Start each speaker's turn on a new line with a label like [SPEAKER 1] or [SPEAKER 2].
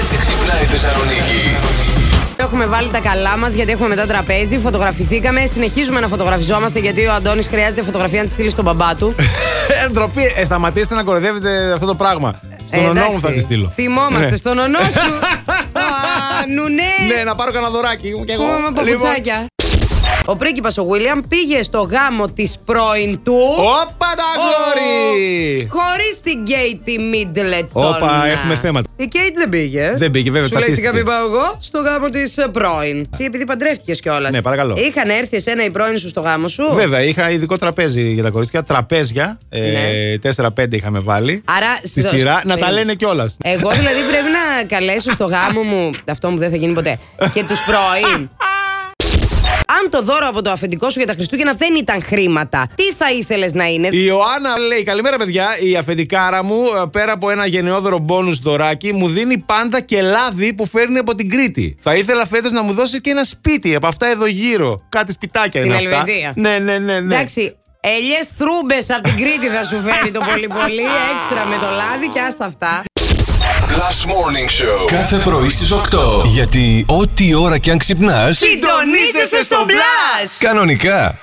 [SPEAKER 1] έτσι ξυπνάει η Θεσσαλονίκη.
[SPEAKER 2] Έχουμε βάλει τα καλά μας γιατί έχουμε μετά τραπέζι. Φωτογραφηθήκαμε. Συνεχίζουμε να φωτογραφιζόμαστε γιατί ο Αντώνης χρειάζεται φωτογραφία να τη στείλει στον μπαμπά του.
[SPEAKER 3] Ε, ντροπή, ε, σταματήστε να κοροϊδεύετε αυτό το πράγμα. Στον
[SPEAKER 2] Ε,
[SPEAKER 3] ονό μου
[SPEAKER 2] εντάξει.
[SPEAKER 3] θα τη στείλω.
[SPEAKER 2] Θυμόμαστε
[SPEAKER 3] Ναι.
[SPEAKER 2] στον ονό σου. Α, Νου ναι.
[SPEAKER 3] Ναι, να πάρω κανένα δωράκι. μου κι εγώ.
[SPEAKER 2] Πούμε
[SPEAKER 3] Λοιπόν.
[SPEAKER 2] παπουτσάκια. Ο πρίγκιπας ο Βίλιαμ πήγε στο γάμο της πρώην του.
[SPEAKER 3] Όπα τα αγόρι!
[SPEAKER 2] Χωρίς την Κέιτι Μίντλετ.
[SPEAKER 3] Όπα, έχουμε θέματα.
[SPEAKER 2] Η Κέιτ δεν πήγε.
[SPEAKER 3] Δεν πήγε, βέβαια,
[SPEAKER 2] Σου λέει στην
[SPEAKER 3] τσατίστηκε.
[SPEAKER 2] καμπή πάω εγώ στο γάμο της πρώην. Εσύ επειδή παντρεύτηκες κιόλας.
[SPEAKER 3] Ναι, παρακαλώ.
[SPEAKER 2] Είχαν έρθει εσένα οι πρώην σου στο γάμο σου.
[SPEAKER 3] Βέβαια, είχα ειδικό τραπέζι για τα κορίτσια. Τραπέζια. Ε, 4-5 είχαμε βάλει.
[SPEAKER 2] Ναι. Άρα,
[SPEAKER 3] Στη
[SPEAKER 2] στο-
[SPEAKER 3] σειρά, να
[SPEAKER 2] στο-
[SPEAKER 3] τα λένε κιόλας.
[SPEAKER 2] Εγώ δηλαδή πρέπει να καλέσω στο γάμο μου. Αυτό μου δεν θα γίνει ποτέ. Και τους πρώην. Αν το δώρο από το αφεντικό σου για τα Χριστούγεννα δεν ήταν χρήματα, τι θα ήθελες να είναι.
[SPEAKER 3] Η Ιωάννα λέει: Καλημέρα, παιδιά. Η αφεντικάρα μου, ε, πέρα από ένα γενναιόδωρο μπόνου δωράκι, μου δίνει πάντα και λάδι που φέρνει από την Κρήτη. Θα ήθελα φέτος να μου δώσει και ένα σπίτι από αυτά εδώ γύρω. Κάτι σπιτάκια
[SPEAKER 2] Στην
[SPEAKER 3] είναι αυτά.
[SPEAKER 2] Ελβετία.
[SPEAKER 3] Ναι, ναι, ναι. ναι.
[SPEAKER 2] Εντάξει. Ελιές θρούμπες από την Κρήτη θα σου φέρει το πολύ πολύ. Έξτρα με το λάδι και άστα αυτά.
[SPEAKER 1] Last Morning Show.
[SPEAKER 4] Κάθε πρωί στις 8. Γιατί ό,τι ώρα κι αν ξυπνάς,
[SPEAKER 2] Συντονίζεσαι στο μπλα!
[SPEAKER 4] κανονικά.